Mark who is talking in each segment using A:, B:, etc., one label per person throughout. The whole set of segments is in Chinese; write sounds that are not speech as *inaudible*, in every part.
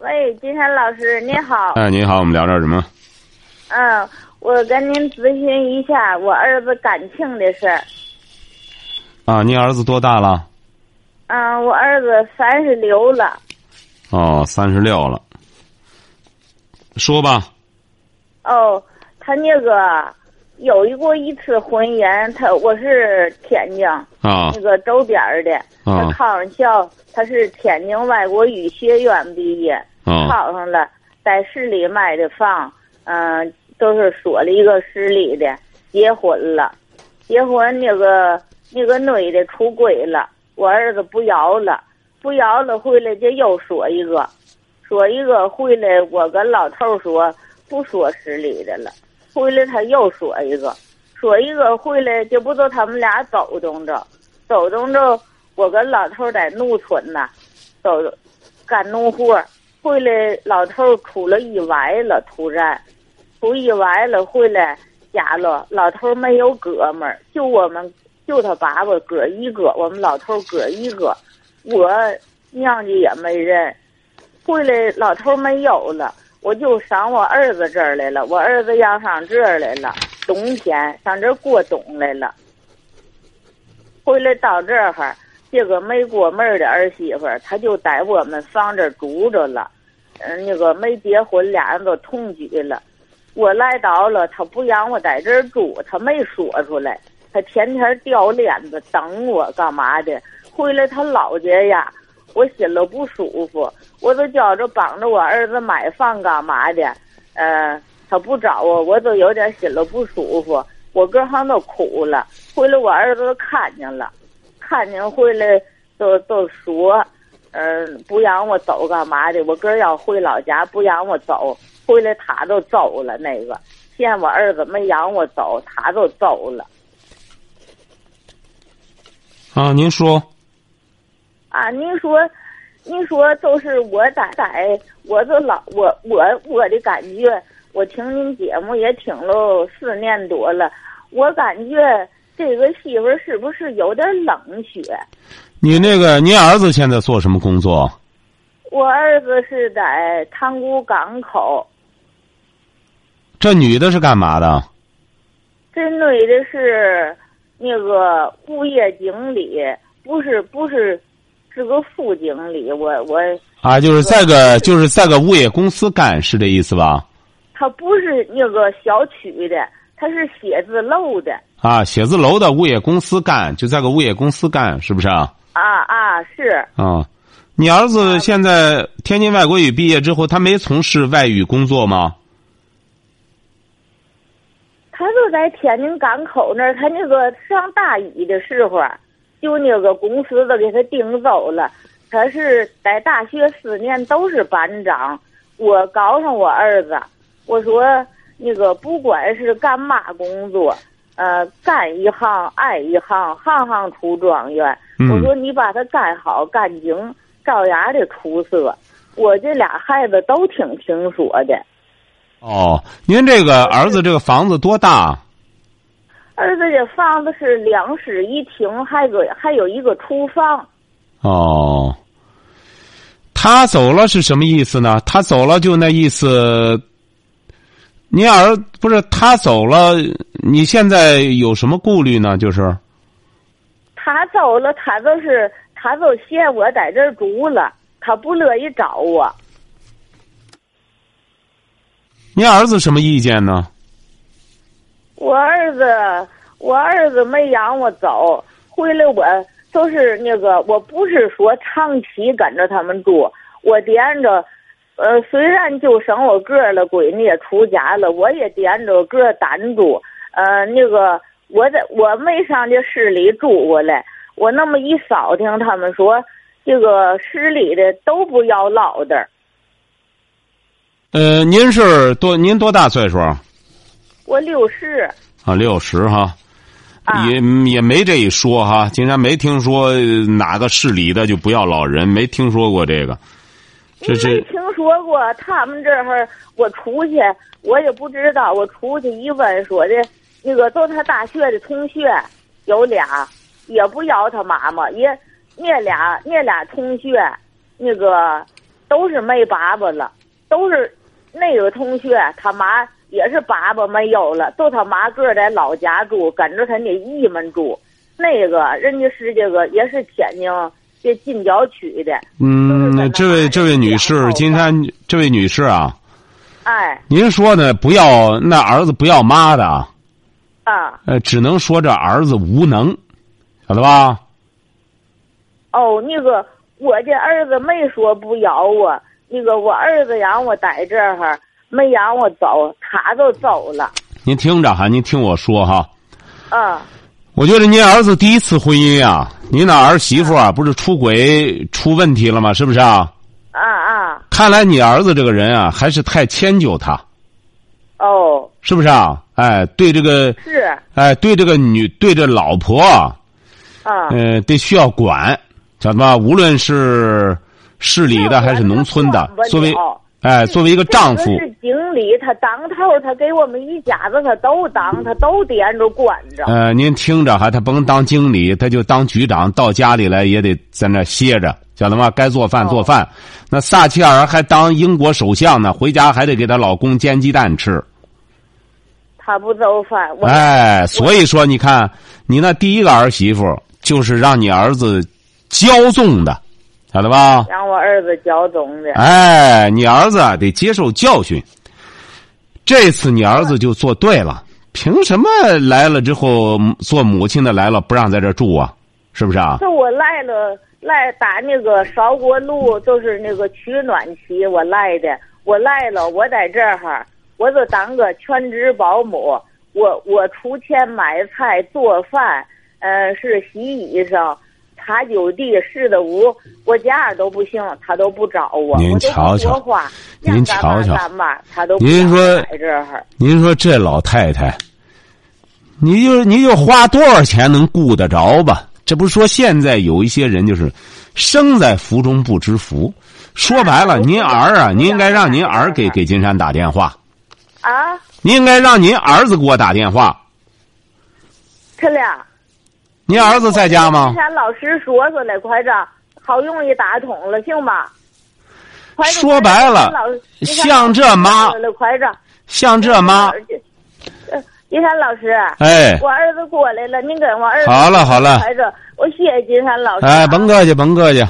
A: 喂，金山老师，您好。
B: 哎，您好，我们聊点什么？
A: 嗯，我跟您咨询一下我儿子感情的事儿。
B: 啊，您儿子多大了？
A: 嗯，我儿子三十六了。
B: 哦，三十六了。说吧。
A: 哦，他那个有一过一次婚姻，他我是天津
B: 啊，
A: 那个周边的，
B: 啊
A: 他考上校，他是天津外国语学院毕业。
B: 啊
A: 考上了，在市里买的房，嗯、都是说了一个市里的，结婚了，结婚那个那个女的出轨了，我儿子不要了，不要了回来就又说一个，说一个回来我跟老头儿说不说市里的了，回来他又说一个，说一个回来这不都他们俩走动着，走动着我跟老头儿在农村呐，走干农活儿。回来老头儿出了意外了，突然出意外了，回来家了，老头儿没有哥们儿，就我们就他爸爸哥一个，我们老头儿哥一个，我娘家也没人，回来老头儿没有了，我就上我儿子这儿来了，我儿子要上这儿来了，冬天上这儿过冬来了，回来到这儿哈。这个没过门儿的儿媳妇儿，她就在我们房这儿住着了，嗯，那个没结婚，俩人都同居了。我来到了，她不让我在这儿住，她没说出来，她天天掉链子等我干嘛的？回来她老家呀，我心里不舒服，我都觉着帮着我儿子买房干嘛的，呃，她不找我，我都有点心里不舒服，我各行都哭了。回来我儿子都看见了。看见回来都都说，嗯、不让我走干嘛的？我哥儿要回老家，不让我走，回来他都走了。那个，现在我儿子没让我走，他都走了。
B: 啊，您说
A: 啊，您说，您说都是我在在，我都老我我我的感觉，我听您节目也听了四年多了，我感觉这个媳妇儿是不是有点冷血？
B: 你那个，您儿子现在做什么工作？
A: 我儿子是在塘沽港口。
B: 这女的是干嘛的？
A: 这女的是那个物业经理，不是不是，是个副经理。我我
B: 啊，就是在个就是在个物业公司干，是这意思吧？
A: 她不是那个小区的，她是写字楼的。
B: 啊，写字楼的物业公司干，就在个物业公司干，是不是啊？
A: 啊啊，是
B: 啊，你儿子现在天津外国语毕业之后，他没从事外语工作吗？
A: 她就在天津港口那儿，她那个上大一的时候啊，就那个公司都给她顶走了。她是在大学四年都是班长，我告诉我儿子，我说那个不管是干嘛工作，呃，干一行爱一行，行行出状元。
B: 嗯
A: 我说你把它干好干精，照样的出色。我这俩孩子都挺听说的。
B: 哦，您这个儿子这个房子多大？
A: 儿子这房子是两室一厅，还有个还有一个厨房。
B: 哦，他走了是什么意思呢？他走了就那意思。您儿不是他走了，你现在有什么顾虑呢？就是
A: 他走了，他就是他就嫌我在这儿住了，他不乐意找我。
B: 您儿子什么意见呢？
A: 我儿子，我儿子没让我走，回来我都是那个，我不是说长期跟着他们住，我惦着，呃，虽然就剩我哥儿了，闺女也出家了，我也惦着哥儿单住，呃，那个我在我没上这市里住过来，我那么一扫听他们说，这个市里的都不要老的，
C: 呃，您是多您多大岁数啊？
A: 我六十
C: 啊，六十哈，
A: 啊，
C: 也也没这一说哈。金山没听说呃哪个市里的就不要老人，没听说过这个。这
A: 没
C: 这
A: 听说过他们这儿，我出去我也不知道，我出去一问说的，那个都他大学的同学有俩，也不要他妈妈，也那俩那俩同学，那个都是没爸爸了，都是那个同学他妈也是爸爸没有了，都他妈个儿在老家住，跟着他那姨们住，那个人家是这个也是天津这近郊区的，
C: 嗯，这位这位女
A: 养老
C: 士，
A: 的
C: 金山这位女士啊，
A: 哎
C: 您说呢？不要那儿子不要妈的啊，
A: 啊。
C: 呃，只能说这儿子无能，晓得吧？
A: 哦，那个我这儿子没说不咬我，那个我儿子让我在这儿，没让我走，他就走了。
C: 您听着哈，您听我说哈。
A: 嗯，
C: 我觉得您儿子第一次婚姻啊，您那儿媳妇啊，不是出轨出问题了吗？是不是啊？
A: 啊啊，
C: 看来你儿子这个人啊，还是太迁就他，
A: 哦，
C: 是不是啊？哎，对这个，
A: 是，
C: 哎，对这个女，对这老婆啊，
A: 啊，
C: 呃，得需要管，晓得吧？无论是市里的还是农村的
A: 那我，
C: 作为
A: 管不了嗯
C: 哎，作为一个丈夫
A: 这，个是经理，他当头，他给我们一家子，他都当，他都掂着管着。
C: 呃，您听着哈，他甭当经理，他就当局长，到家里来也得在那儿歇着，晓得吗？该做饭
A: 哦
C: 做饭。那撒切尔还当英国首相呢，回家还得给她老公煎鸡蛋吃。
A: 他不做饭，我、
C: 哎，所以说你看，你那第一个儿媳妇就是让你儿子骄纵的，晓得吧？
A: 让我儿子教总的。
C: 哎，你儿子啊得接受教训。这次你儿子就做对了，凭什么来了之后做母亲的来了不让在这儿住啊？是不是
A: *laughs*
C: 啊？
A: 这我来了，来打那个烧锅炉，就是那个取暖期，我来的。我来了，我在这儿哈，我就当个全职保姆，我我出钱买菜做饭，呃，是洗衣裳、擦酒地、拾的屋，我家都不行，他都不找我。
C: 您
A: 我都不
C: 瞧瞧
A: 说话，
C: 您
A: 让干
C: 瞧
A: 嘛
C: 瞧
A: 干嘛，他都不
C: 您
A: 让
C: 说
A: 在这儿，
C: 您说这老太太，你就你就花多少钱能顾得着吧？这不是说现在有一些人就是生在福中不知福。说白了，
A: 那我
C: 您儿啊，
A: 我
C: 您应该让您儿给
A: 我
C: 给金山打电话，
A: 啊，
C: 您应该让您儿子给我打电话。
A: 他俩。
C: 您儿子在家吗
A: 金？山老师说说嘞，快点，好容易打通了，行吗？快点
C: 说白了
A: 金山老师
C: 像这妈
A: 金山老师说了快点，
C: 像这妈，
A: 呃。金山老师，
C: 哎，
A: 我儿子过来了，您跟我儿子
C: 好了好了，
A: 快点，我谢谢金山老师啊。
C: 哎，甭客气，甭客气。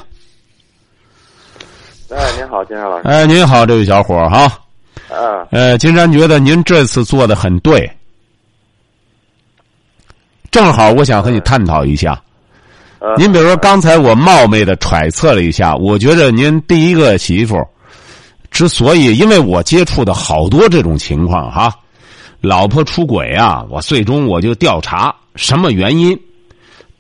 D: 哎，您好，金山老师。
C: 哎，您好，这位小伙儿哈。
D: 嗯，
C: 呃，金山觉得您这次做的很对，正好我想和你探讨一下。
D: *laughs* 呃
C: 您比如说，刚才我冒昧的揣测了一下，我觉得您第一个媳妇儿之所以，因为我接触的好多这种情况哈，老婆出轨啊，我最终我就调查什么原因，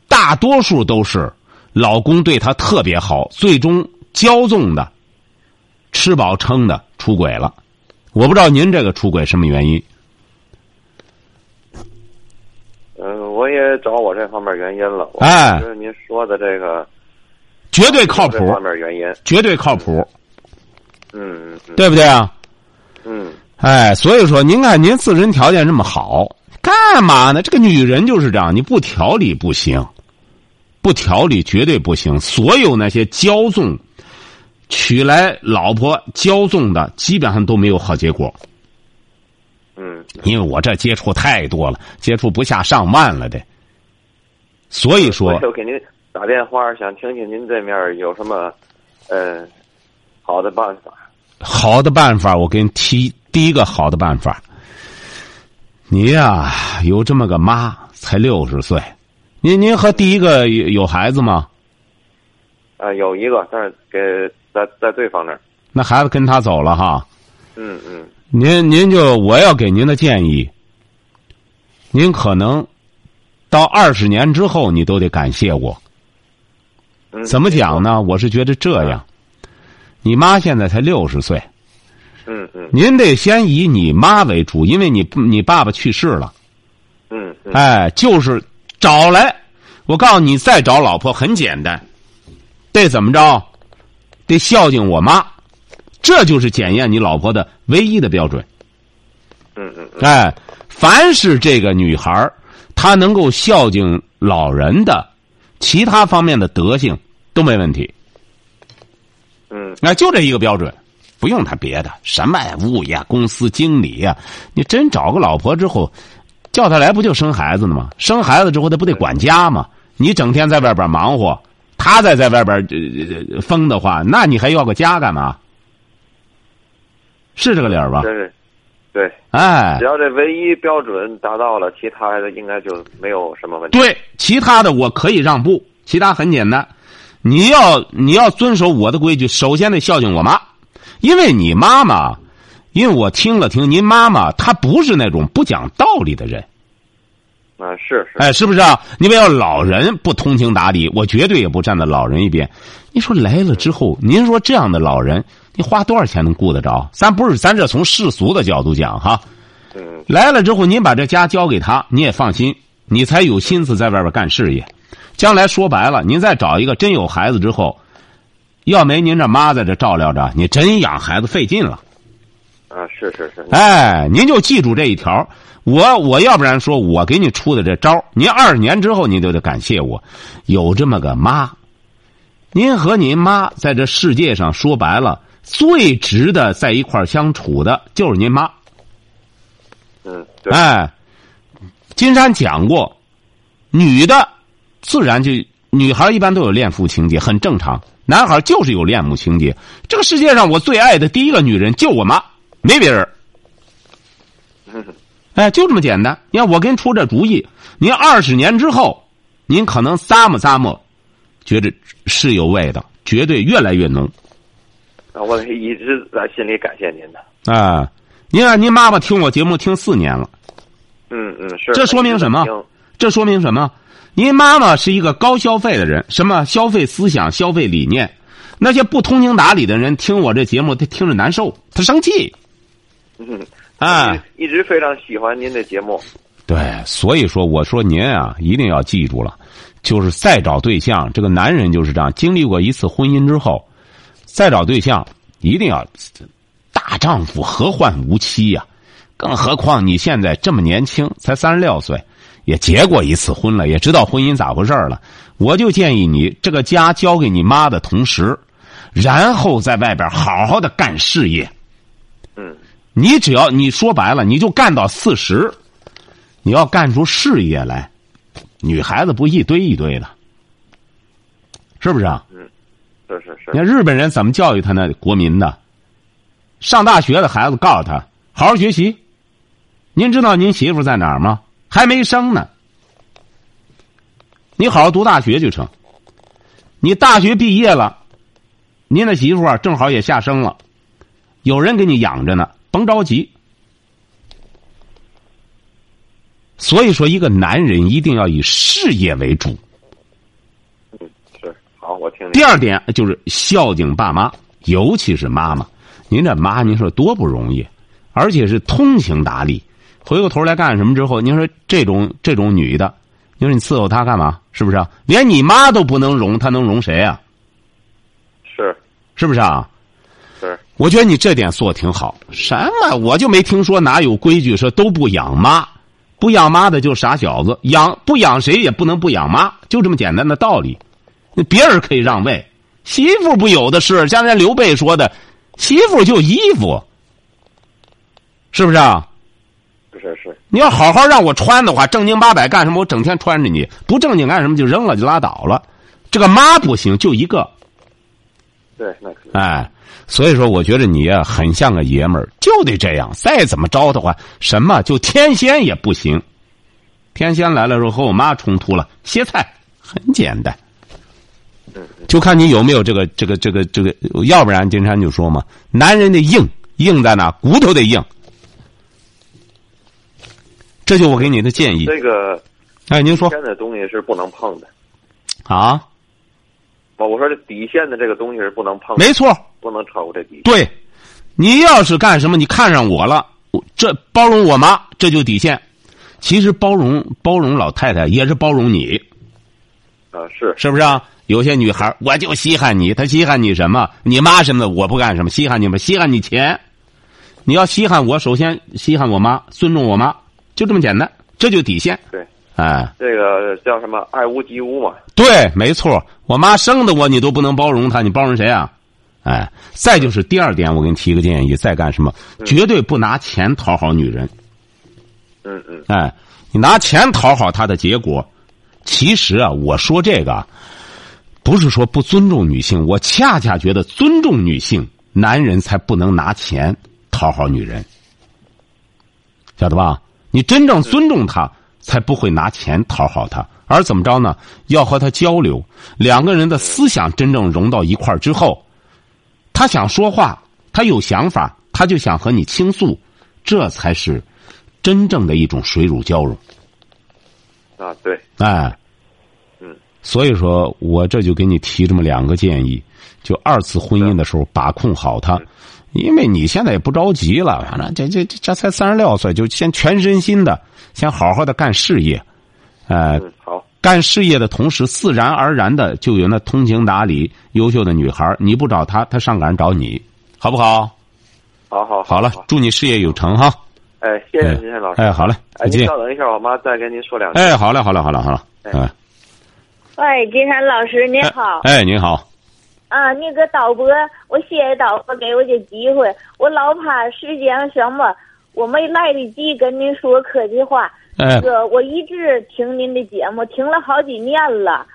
C: 大多数都是老公对她特别好，最终骄纵的、吃饱撑的出轨了。我不知道您这个出轨什么原因。
D: 嗯，我也找我这方面原因了。我
C: 哎
D: 就是您说的这个
C: 绝对靠
D: 这
C: 谱
D: 方，面原因。
C: 绝对靠谱，
D: 嗯嗯
C: 对不对啊？
D: 嗯，
C: 哎，所以说，您看您自身条件这么好，干嘛呢？这个女人就是这样，你不调理不行，不调理绝对不行。所有那些骄纵，娶来老婆骄纵的，基本上都没有好结果。
D: 嗯嗯，
C: 因为我这接触太多了，接触不下上万了得。所以说
D: 我，就给您打电话，想听听您这面有什么呃好的办法。
C: 好的办法，我给你提第一个好的办法。你呀、有这么个妈，才六十岁，您您和第一个有有孩子吗？
D: 啊，有一个，但是给在在对方那儿。
C: 那孩子跟他走了哈。
D: 嗯嗯
C: 您您就我要给您的建议，您可能到二十年之后，你都得感谢我。
D: 嗯。
C: 怎么讲呢？我是觉得这样，你妈现在才六十岁，
D: 嗯嗯
C: 您得先以你妈为主，因为你你爸爸去世了，
D: 嗯嗯，
C: 哎，就是找来，我告诉你，再找老婆很简单，得怎么着，得孝敬我妈，这就是检验你老婆的唯一的标准。
D: 嗯嗯嗯，
C: 哎，凡是这个女孩儿她能够孝敬老人的，其他方面的德性都没问题。
D: 嗯
C: 那就这一个标准，不用他别的，什么呀物业、公司经理呀，你真找个老婆之后，叫他来不就生孩子呢吗？生孩子之后他不得管家吗？你整天在外边忙活，他再在外边呃呃疯的话，那你还要个家干嘛？是这个理儿吧？
D: 真是，对，
C: 啊哎
D: 只，要这唯一标准达到了，其他的应该就没有什么问题。
C: 对，其他的我可以让步，其他很简单。你要你要遵守我的规矩，首先得孝敬我妈，因为你妈妈，因为我听了听您妈妈，她不是那种不讲道理的人，
D: 啊，是是，
C: 哎，是不是啊？你们要老人不通情达理，我绝对也不站在老人一边。你说来了之后，您说这样的老人，你花多少钱能顾得着？咱不是，咱这从世俗的角度讲哈，
D: 嗯
C: 来了之后，您把这家交给他，你也放心，你才有心思在外边干事业。将来说白了，您再找一个真有孩子之后，要没您这妈在这照料着，你真养孩子费劲了。
D: 啊，是是是，
C: 哎，您就记住这一条。我我要不然说我给你出的这招儿，您二十年之后您就得感谢我，有这么个妈。您和您妈在这世界上说白了，最值得在一块儿相处的就是您妈。
D: 嗯对，
C: 哎，金山讲过，女的自然就女孩一般都有恋父情节，很正常。男孩就是有恋母情节。这个世界上我最爱的第一个女人就我妈，没别人。哎，就这么简单。你看，我给您出这主意，您二十年之后，您可能咂摸咂摸，觉得是有味道，绝对越来越浓。
D: 啊，我得一直在心里感谢您的。
C: 啊，您看，您妈妈听我节目听四年了。
D: 嗯嗯，是。
C: 这说明什么
D: 嗯
C: 这说明什么？您妈妈是一个高消费的人，什么消费思想、消费理念，那些不通情达理的人听我这节目，他听着难受，他生气。
D: 嗯，
C: 啊，
D: 一直非常喜欢您的节目。
C: 对，所以说我说您啊，一定要记住了，就是再找对象，这个男人就是这样，经历过一次婚姻之后，再找对象一定要大丈夫何患无妻呀、更何况你现在这么年轻，才三十六岁，也结过一次婚了，也知道婚姻咋回事儿了。我就建议你，这个家交给你妈的同时，然后在外边好好的干事业。
D: 嗯
C: 你只要你说白了，你就干到四十，你要干出事业来，女孩子不一堆一堆的，是不是啊？
D: 是是是
C: 你，看日本人怎么教育他呢？国民的，上大学的孩子告诉他好好学习。您知道您媳妇在哪儿吗？还没生呢。你好好读大学就成。你大学毕业了，您的媳妇啊正好也下生了，有人给你养着呢，甭着急。所以说，一个男人一定要以事业为主。
D: 嗯是。好，我听您。
C: 第二点就是孝敬爸妈，尤其是妈妈。您这妈，您说多不容易，而且是通情达理。回过头来干什么之后，您说这种这种女的，您说你伺候她干嘛？是不是、啊？连你妈都不能容，她能容谁啊？
D: 是
C: 是不是啊？
D: 是，
C: 我觉得你这点做的挺好。什么？我就没听说哪有规矩说都不养妈，不养妈的就傻小子，养不养谁也不能不养妈，就这么简单的道理。那别人可以让位，媳妇不有的是。像人家刘备说的，媳妇就衣服，是不是啊？
D: 是是，
C: 你要好好让我穿的话，正经八百干什么？我整天穿着你，不正经干什么就扔了就拉倒了。这个妈不行，就一个。
D: 对，那肯定。
C: 哎，所以说，我觉得你呀、很像个爷们儿，就得这样。再怎么着的话，什么就天仙也不行。天仙来了之后和我妈冲突了，歇菜很简单，
D: 嗯
C: 就看你有没有这个这个这个这个，要不然金山就说嘛，男人的硬硬在哪，骨头得硬。这就我给你的建议。
D: 这个
C: 哎，您
D: 底
C: 说
D: 线的东西是不能碰的。
C: 啊？
D: 我我说这底线的这个东西是不能碰的，
C: 没错，
D: 不能超过这底线。
C: 对，你要是干什么，你看上我了，我这包容我妈，这就底线。其实包容包容老太太，也是包容你，
D: 啊，是
C: 是不是啊？有些女孩儿我就稀罕你，她稀罕你什么？你妈什么的，我不干什么，稀罕你们，稀罕你钱。你要稀罕我，首先稀罕我妈，尊重我妈，就这么简单，这就底线。
D: 对，
C: 哎，
D: 这个叫什么？爱屋及乌嘛。
C: 对，没错，我妈生的我，你都不能包容她，你包容谁啊？哎，再就是第二点，我给你提个建议，再干什么？绝对不拿钱讨好女人。
D: 嗯嗯，
C: 哎，你拿钱讨好她的结果，其实啊，我说这个啊，不是说不尊重女性，我恰恰觉得尊重女性，男人才不能拿钱讨好女人，晓得吧？你真正尊重她，才不会拿钱讨好她。而怎么着呢？要和她交流，两个人的思想真正融到一块儿之后，他想说话，他有想法，他就想和你倾诉，这才是真正的一种水乳交融。
D: 啊，对，
C: 哎，
D: 嗯，
C: 所以说我这就给你提这么两个建议，就二次婚姻的时候把控好它，
D: 嗯
C: 因为你现在也不着急了，反正这这这这才三十六岁，就先全身心的先好好的干事业，呃，
D: 嗯，好，
C: 干事业的同时，自然而然的就有那通情达理、优秀的女孩儿你不找她，她上赶着找你，好不好？
D: 好好
C: 好了，祝你事业有成哈！
D: 哎，谢谢您，谢谢老师。
C: 哎，好嘞，再
D: 哎，您
C: 见。
D: 稍等一下，我妈再跟您说两句。
C: 哎，好嘞，好嘞，好嘞，好嘞。
D: 哎
C: 哎，
A: 喂，金山老师您好。
C: 哎，您好。
A: 啊，那个导播，我谢谢导播给我这机会。我老怕时间什么，我没来得及跟您说客气话。
C: 哎 *laughs*
A: 那，个，我一直听您的节目，听了好几年了。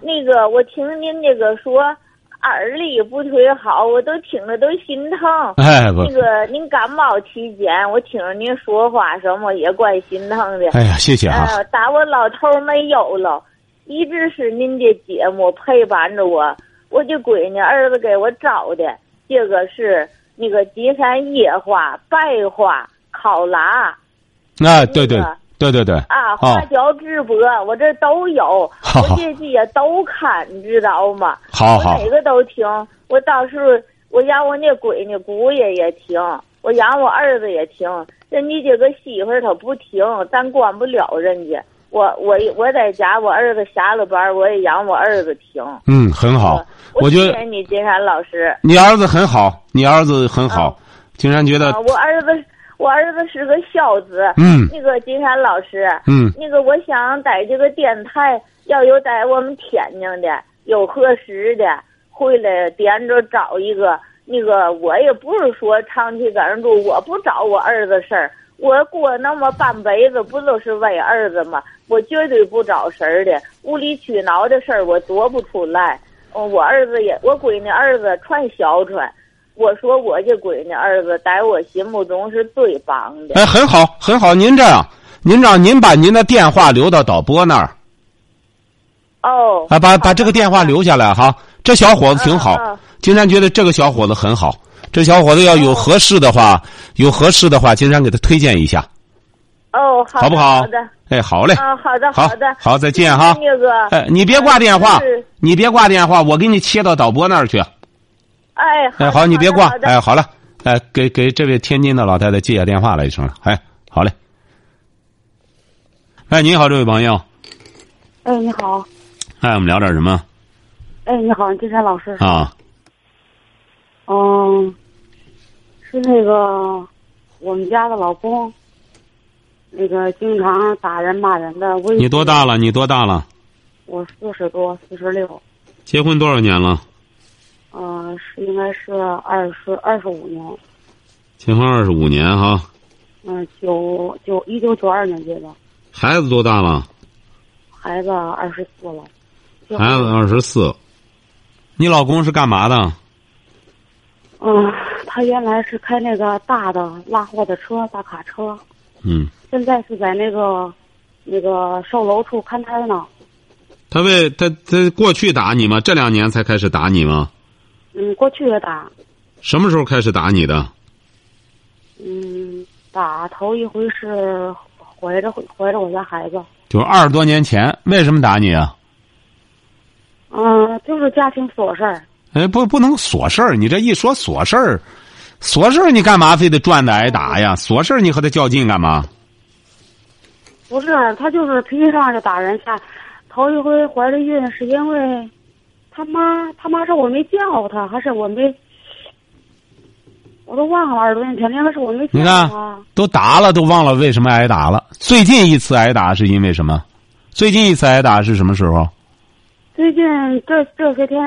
A: 那个，我听您这个说耳力不忒好，我都听着都心疼。
C: 哎不
A: 那，个，您感冒期间，我听着您说话什么也怪心疼的。
C: 哎呀，谢谢哈。
A: 呃，打我老头儿没有了，一直是您的节目陪伴着我。我的闺女儿子给我找的，这个是那个金山野花、白花、考拉
C: 那对对对对哦对。
A: 啊，花椒直播，我这都有，
C: 好
A: 我这些都看，你知道吗？
C: 好哦好
A: 我哪个都听。我到时候我养我那闺女姑爷也听，我养我儿子也听。那你这个媳妇儿她不听，咱管不了人家。我我我在家，我儿子下了班儿，我也养我儿子听。
C: 嗯，很
A: 呃
C: 好。我觉
A: 谢
C: 得
A: 谢你，金山老师。
C: 你儿子很好，你儿子很好。竟然觉得
A: 啊，，我儿子我儿子是个孝子。
C: 呃嗯
A: 那个金山老师，
C: 嗯，
A: 那个我想在这个电台要有在我们天津的有合适的，回来点着找一个。那个我也不是说长期在人住，我不找我儿子事儿，我过那么半辈子不都是为儿子吗？我绝对不找事儿的，无理取闹的事儿我做不出来。嗯我儿子也，我闺女儿子传小传，我说我这闺女儿子在我心目中是最棒的。
C: 哎，很好，很好。您这样，您这样，您把您的电话留到导播那儿
A: 哦，
C: 啊，把把这个电话留下来哈。这小伙啊子挺好
A: 嗯嗯，
C: 金山觉得这个小伙子很好。这小伙子要
A: 哦
C: 有合适的话，有合适的话，金山给他推荐一下，
A: 哦，好的
C: 好不好
A: 好的，
C: 哎，好嘞，
A: 啊，好的，
C: 好
A: 的，，
C: 好，再见哈。
A: 那 *laughs* 个，
C: 哎，你别挂电话
A: 是，
C: 你别挂电话，我给你切到导播那儿去。
A: 哎，
C: 哎，
A: 的
C: 好，你别挂
A: 好。的
C: 哎，好了，哎，给给这位天津的老太太接下电话来一声了。哎，好嘞。哎，你好，这位朋友。
E: 哎，你好，
C: 哎，我们聊点什么
E: 哎，你好，金山老师，
C: 啊？
E: 嗯，是那个我们家的老公，那个经常打人骂人的。微信
C: 你多？大了？你多大了？
E: 我四十多，四十六，
C: 结婚多少年了？
E: 嗯，是应该是二十二十五年，
C: 结婚二十五年哈。
E: 嗯，九九一九九二年结的，
C: 孩子多大了？
E: 孩子二十四了。就
C: 孩子二十四。你老公是干嘛的？
E: 嗯，他原来是开那个大的拉货的车，大卡车，
C: 嗯，
E: 现在是在那个那个售楼处看摊儿呢。
C: 他为他他过去打你吗？这两年才开始打你吗？
E: 嗯，过去也打，
C: 什么时候开始打你的？
E: 嗯，打头一回是怀着怀着我家孩子，
C: 就是二十多年前。为什么打你啊？
E: 嗯，就是家庭琐事儿，
C: 哎，不，不能琐事儿。你这一说琐事儿，琐事儿你干嘛非得转着挨打呀？琐事儿你和他较劲干嘛？
E: 不是，他就是脾气上就打人下。头一回怀着孕是因为他妈，他妈说我没叫他，还是我没，我都忘了二十多年前，应该是我没
C: 你
E: 叫
C: 看
E: 他。，
C: 都打了，都忘了为什么挨打了。最近一次挨打是因为什么？最近一次挨打是什么时候？
E: 最近这这些天，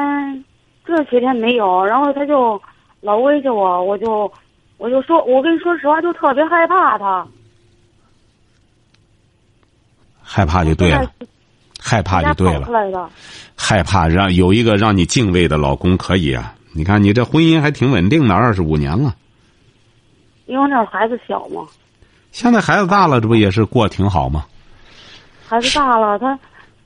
E: 这些天没有，然后他就老威胁我，我就我就说，我跟你说实话，就特别害怕他。
C: 害怕就对了，害怕就对
E: 我家跑
C: 了
E: 出，来的。
C: 害怕让有一个让你敬畏的老公可以啊。你看你这婚姻还挺稳定的，二十五年了。
E: 因为那会儿孩子小嘛，
C: 现在孩子大了，这不也是过挺好吗？
E: 孩子大了，他，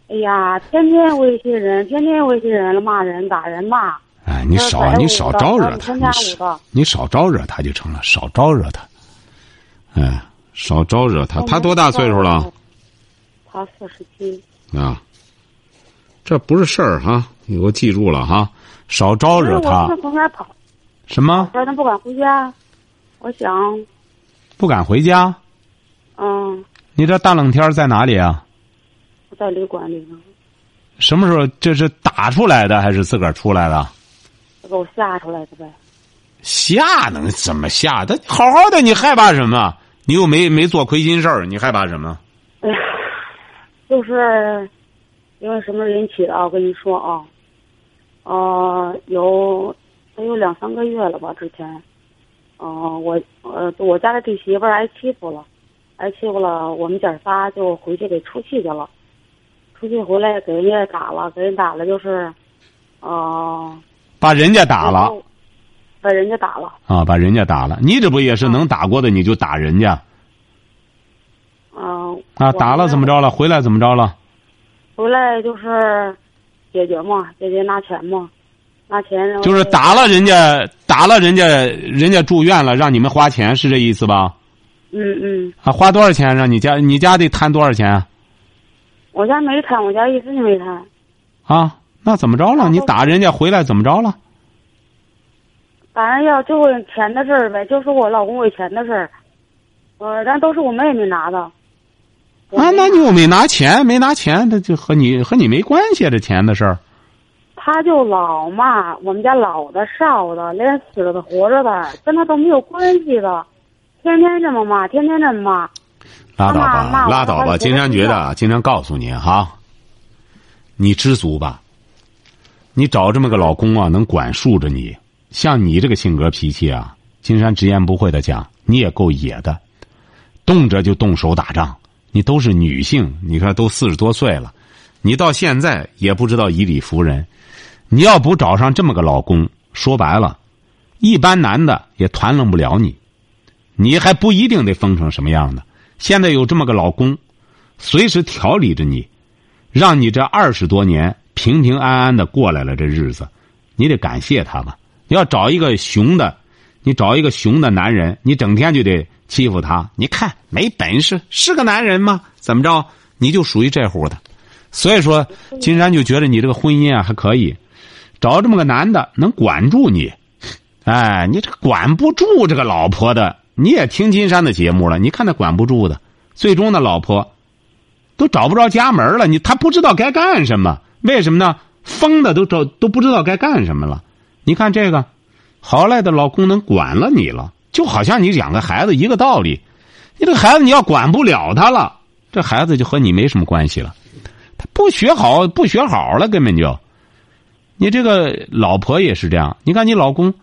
E: 哎呀，天天威胁人，天天威胁人了，骂人、打人、骂。
C: 哎，你少你少招惹他，
E: 参
C: 你
E: 加舞
C: 少
E: 的，
C: 你少招惹他就成了，少招惹他。哎，少招惹他。他多大岁数了？？
E: 他四十七。
C: 啊，这不是事儿哈，你给我记住了哈，少招惹
E: 哎我
C: 他
E: 现。在从家跑出
C: 什么
E: 来，他不敢回家。我想，
C: 不敢回家？
E: 嗯，
C: 你这大冷天儿在哪里啊？
E: 我在旅馆里呢，
C: 什么时候？这是打出来的还是自个儿出来的？
E: 他给我吓出来的呗。
C: 吓能怎么吓？他好好的，你害怕什么？你又没没做亏心事儿，你害怕什么？
E: 哎呀， *laughs* 就是因为什么引起的啊？我跟你说啊，呃，有得有两三个月了吧，之前，呃，我呃我家的弟媳妇儿挨欺负了，挨欺负了，我们姐儿仨就回去给出气去了，出去回来给人家打了，给人打了就是，呃，
C: 把人家打了，
E: 把人家打了，
C: 啊，把人家打了，你这不也是能打过的你就打人家
E: 嗯、呃，
C: 啊？打了怎么着了？回来怎么着了？
E: 回来就是解决嘛，解决拿钱嘛，拿钱然后
C: 就是
E: 再
C: 打了人家，打了人家，人家住院了，让你们花钱是这意思吧？
E: 嗯嗯，
C: 啊，花多少钱让你家你家得摊多少钱
E: 我家没摊，我家一分就没摊，
C: 啊？那怎么着了？你打人家回来怎么着了？
E: 反正要就问钱的事儿呗，就说我老公为钱的事儿，呃，但都是我们也没拿的。我
C: 啊，
E: 没
C: 那你又没拿钱，没拿钱，这就和你和你没关系，啊这钱的事儿。
E: 他就老骂我们家老的少的，连死了的活着的，跟他都没有关系的，天天这么骂，天天这么骂。
C: 拉倒
E: 妈妈
C: 吧，
E: 我
C: 拉倒
E: 我
C: 吧！
E: 我
C: 金山觉得啊，金山告诉你哈，你知足吧。你找这么个老公啊，能管束着你。像你这个性格脾气啊，金山直言不讳的讲，你也够野的，动辄就动手打仗。你都是女性，你看都四十多岁了，你到现在也不知道以理服人。你要不找上这么个老公，说白了，一般男的也团拢不了你，你还不一定得疯成什么样呢。现在有这么个老公，随时调理着你，让你这二十多年平平安安的过来了这日子，你得感谢他吧。你要找一个熊的，你找一个熊的男人，你整天就得欺负他。你看没本事，是个男人吗？怎么着？你就属于这户的。所以说，金山就觉得你这个婚姻啊还可以，找这么个男的能管住你。哎，你这管不住这个老婆的，你也听金山的节目了，你看他管不住的，最终呢，老婆都找不着家门了，你他不知道该干什么，为什么呢？疯的都找都不知道该干什么了。你看这个，好赖的老公能管了你了，就好像你养个孩子一个道理，你这孩子你要管不了他了，这孩子就和你没什么关系了，他不学好不学好了，根本就。你这个老婆也是这样，你看你老公。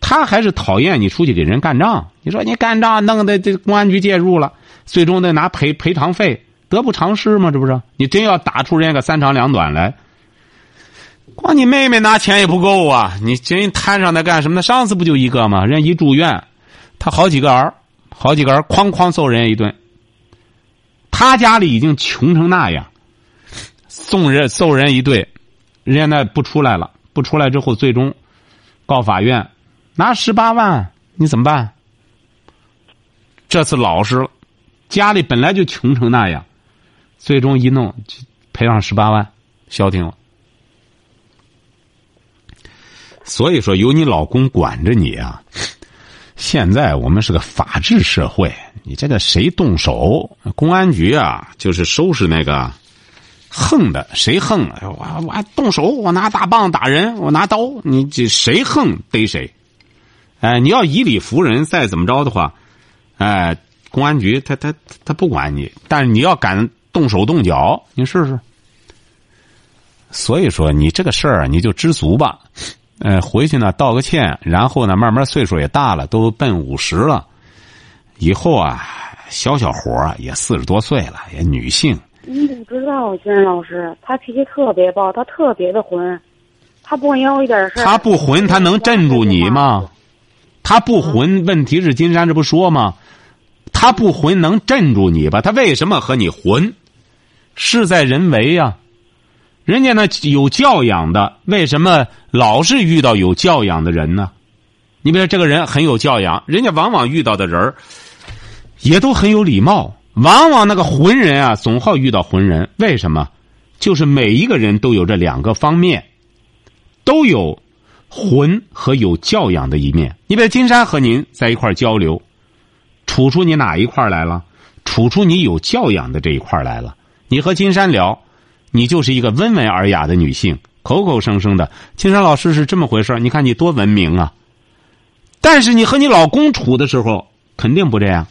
C: 他还是讨厌你出去给人干仗。你说你干仗弄得这公安局介入了，最终得拿赔赔偿费，得不偿失嘛，这不是？你真要打出人家个三长两短来，光你妹妹拿钱也不够啊！你真摊上他干什么？那上次不就一个吗？人家一住院，他好几个儿，好几个儿哐哐揍人家一顿。他家里已经穷成那样，送人揍人一顿，人家那不出来了，不出来之后，最终告法院，拿十八万，你怎么办？这次老实了，家里本来就穷成那样，最终一弄就赔上十八万，消停了。所以说，有你老公管着你啊，现在我们是个法治社会，你这个谁动手，公安局啊，就是收拾那个横的，谁横，哎我我还动手，我拿大棒打人，我拿刀，你这谁横逮谁。哎，你要以理服人，再怎么着的话，哎，公安局他他他不管你，但是你要敢动手动脚，你试试。所以说，你这个事儿你就知足吧，呃，回去呢道个歉，然后呢，慢慢岁数也大了，都奔五十了，以后啊，小小伙儿啊也四十多岁了，也女性，
E: 你不知道，金山老师，他脾气特别暴，他特别的混，他不管有一点事儿，
C: 他不混，他能镇住你吗？他不混，问题是金山这不说吗？他不混能镇住你吧？他为什么和你混？事在人为呀、人家呢有教养的，为什么老是遇到有教养的人呢？你比如说这个人很有教养，人家往往遇到的人儿也都很有礼貌。往往那个浑人啊，总好遇到浑人，为什么？就是每一个人都有这两个方面，都有浑和有教养的一面。你比如金山和您在一块儿交流，处出你哪一块儿来了？处出你有教养的这一块儿来了。你和金山聊，你就是一个温文尔雅的女性，口口声声的。金山老师是这么回事儿你看你多文明啊！但是你和你老公处的时候，肯定不这样。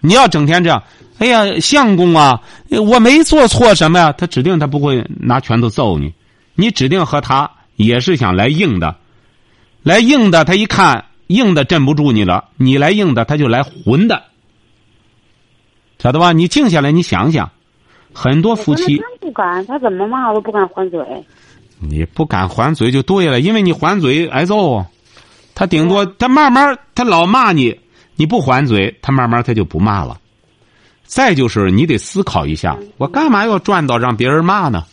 C: 你要整天这样，哎呀，相公啊，我没做错什么呀，他指定他不会拿拳头揍你，你指定和他也是想来硬的，来硬的，他一看硬的镇不住你了，你来硬的，他就来混的，晓得吧？你静下来，你想想，很多夫
E: 我
C: 妻
E: 真不敢，他怎么骂我都不敢还嘴。
C: 你不敢还嘴就对了，因为你还嘴挨揍啊。他顶多他慢慢他老骂你，你不还嘴，他慢慢他就不骂了。再就是你得思考一下，我干嘛要赚到让别人骂呢？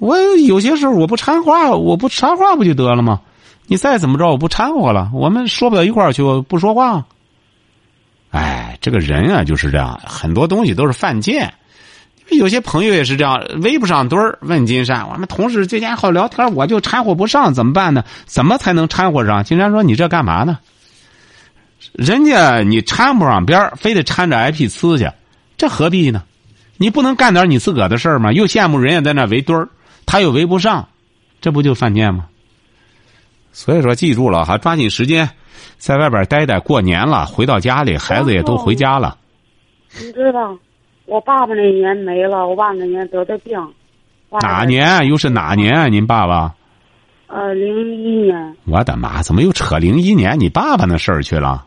C: 我有些时候我不掺话，我不掺话不就得了吗？你再怎么着，我不掺和了，我们说不到一块儿去，我不说话。哎，这个人啊就是这样，很多东西都是犯贱。有些朋友也是这样，围不上堆儿。问金山，我们同事之间好聊天，我就掺和不上，怎么办呢？怎么才能掺和上？金山说：“你这干嘛呢？人家你掺不上边儿非得掺着挨屁呲去，这何必呢？你不能干点你自个儿的事儿吗？又羡慕人家在那围堆儿，他又围不上，这不就犯贱吗？所以说，记住了哈，抓紧时间，在外边待待。过年了，回到家里，孩子也都回家了。”
E: 你知道，我爸爸那年没了，我爸那年得的病。爸爸
C: 哪？年？又是哪年啊？您爸爸？
E: 呃，零一年。
C: 我的妈！怎么又扯零一年你爸爸那事儿去了？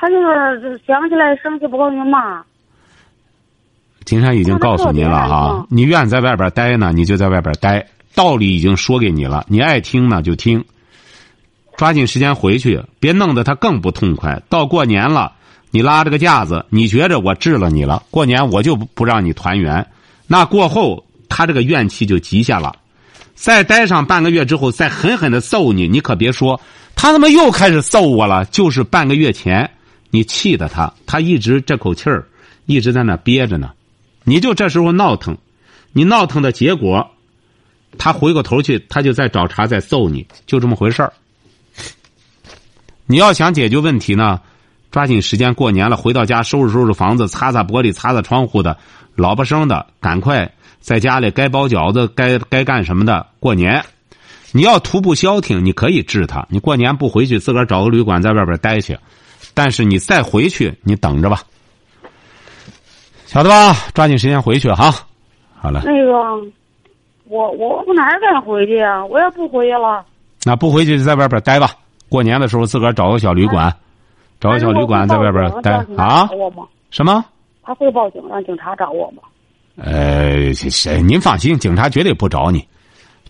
E: 他就是就是想起来生气不高兴骂，
C: 金山已经告诉您了
E: 那特别
C: 啊
E: 难，
C: 你愿在外边待呢，你就在外边待，道理已经说给你了，你爱听呢就听，抓紧时间回去，别弄得他更不痛快。到过年了，你拉着个架子，你觉着我治了你了，过年我就不不让你团圆，那过后他这个怨气就积下了。再待上半个月之后，再狠狠的揍你，你可别说，他他妈又开始揍我了。就是半个月前，你气的他，他一直这口气儿一直在那憋着呢。你就这时候闹腾，你闹腾的结果，他回过头去，他就再找茬再揍你，就这么回事儿。你要想解决问题呢，抓紧时间，过年了，回到家收拾收拾房子，擦擦玻璃，擦擦窗户的，老婆生的，赶快在家里该包饺子，该该干什么的，过年。你要徒步消停，你可以治他。你过年不回去，自个儿找个旅馆在外边待去，但是你再回去，你等着吧，晓得吧？抓紧时间回去哈。好了，
E: 那个，我我我哪敢回去啊？我要不回去了，
C: 那不回去就在外边待吧。过年的时候自个儿找个小旅馆，找个小旅馆在外边待
E: 啊那
C: 啊
E: 如果我不报警哎让警察找？我吗？
C: 什么？
E: 他会报警让警察找我吗？
C: 呃，这这您放心，警察绝对不找你，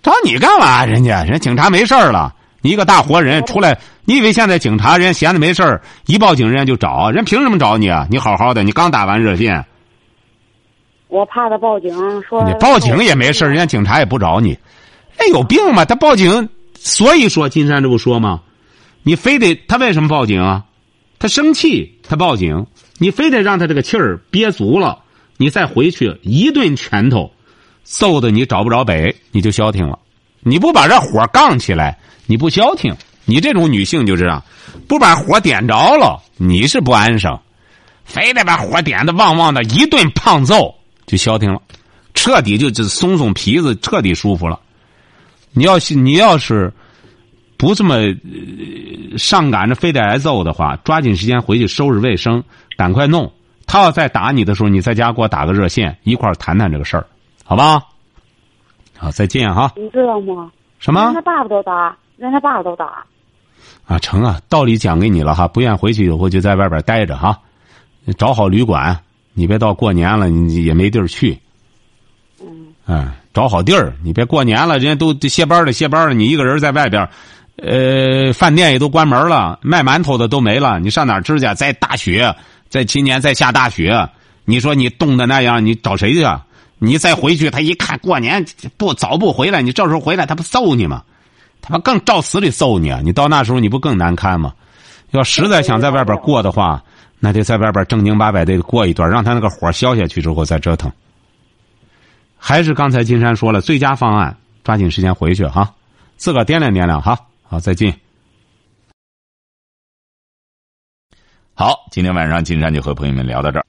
C: 找你干嘛？人家人家警察没事儿了，你一个大活人出来，你以为现在警察人家闲的没事儿，一报警人家就找，人凭什么找你啊？你好好的，你刚打完热线，
E: 我怕他报警说
C: 你报警也没事儿人家警察也不找你，人有病吗？他报警，所以说金山这不说吗？你非得他为什么报警啊？他生气，他报警，你非得让他这个气儿憋足了，你再回去一顿拳头，揍的你找不着北，你就消停了。你不把这火杠起来，你不消停，你这种女性就是啊，不把火点着了，你是不安生，非得把火点的旺旺的，一顿胖揍就消停了，彻底就就松松皮子，彻底舒服了。你要是你要是不这么、呃上赶着非得挨揍的话，抓紧时间回去收拾卫生，赶快弄。他要再打你的时候，你在家给我打个热线，一块儿谈谈这个事儿，好吧？好，再见哈。
E: 你知道吗？
C: 什么
E: 连他爸爸都打，连他爸爸都打。
C: 啊？成啊，道理讲给你了哈，不愿回去以后就在外边待着哈，找好旅馆，你别到过年了你也没地儿去。
E: 嗯，
C: 嗯，找好地儿，你别过年了，人家都都歇班了，歇班了，你一个人在外边儿，呃，饭店也都关门了，卖馒头的都没了，你上哪儿吃去？在大雪，在今年再下大雪，你说你冻的那样，你找谁去啊？你再回去，他一看过年不早不回来，你这时候回来，他不揍你吗？他不更照死里揍你啊？你到那时候你不更难堪吗？要实在想在外边过的话，那得在外边正经八百的过一段，让他那个火消下去之后再折腾。还是刚才金山说了，最佳方案，抓紧时间回去哈，自个儿掂量掂量哈。好，再见。
B: 好，今天晚上金山就和朋友们聊到这儿。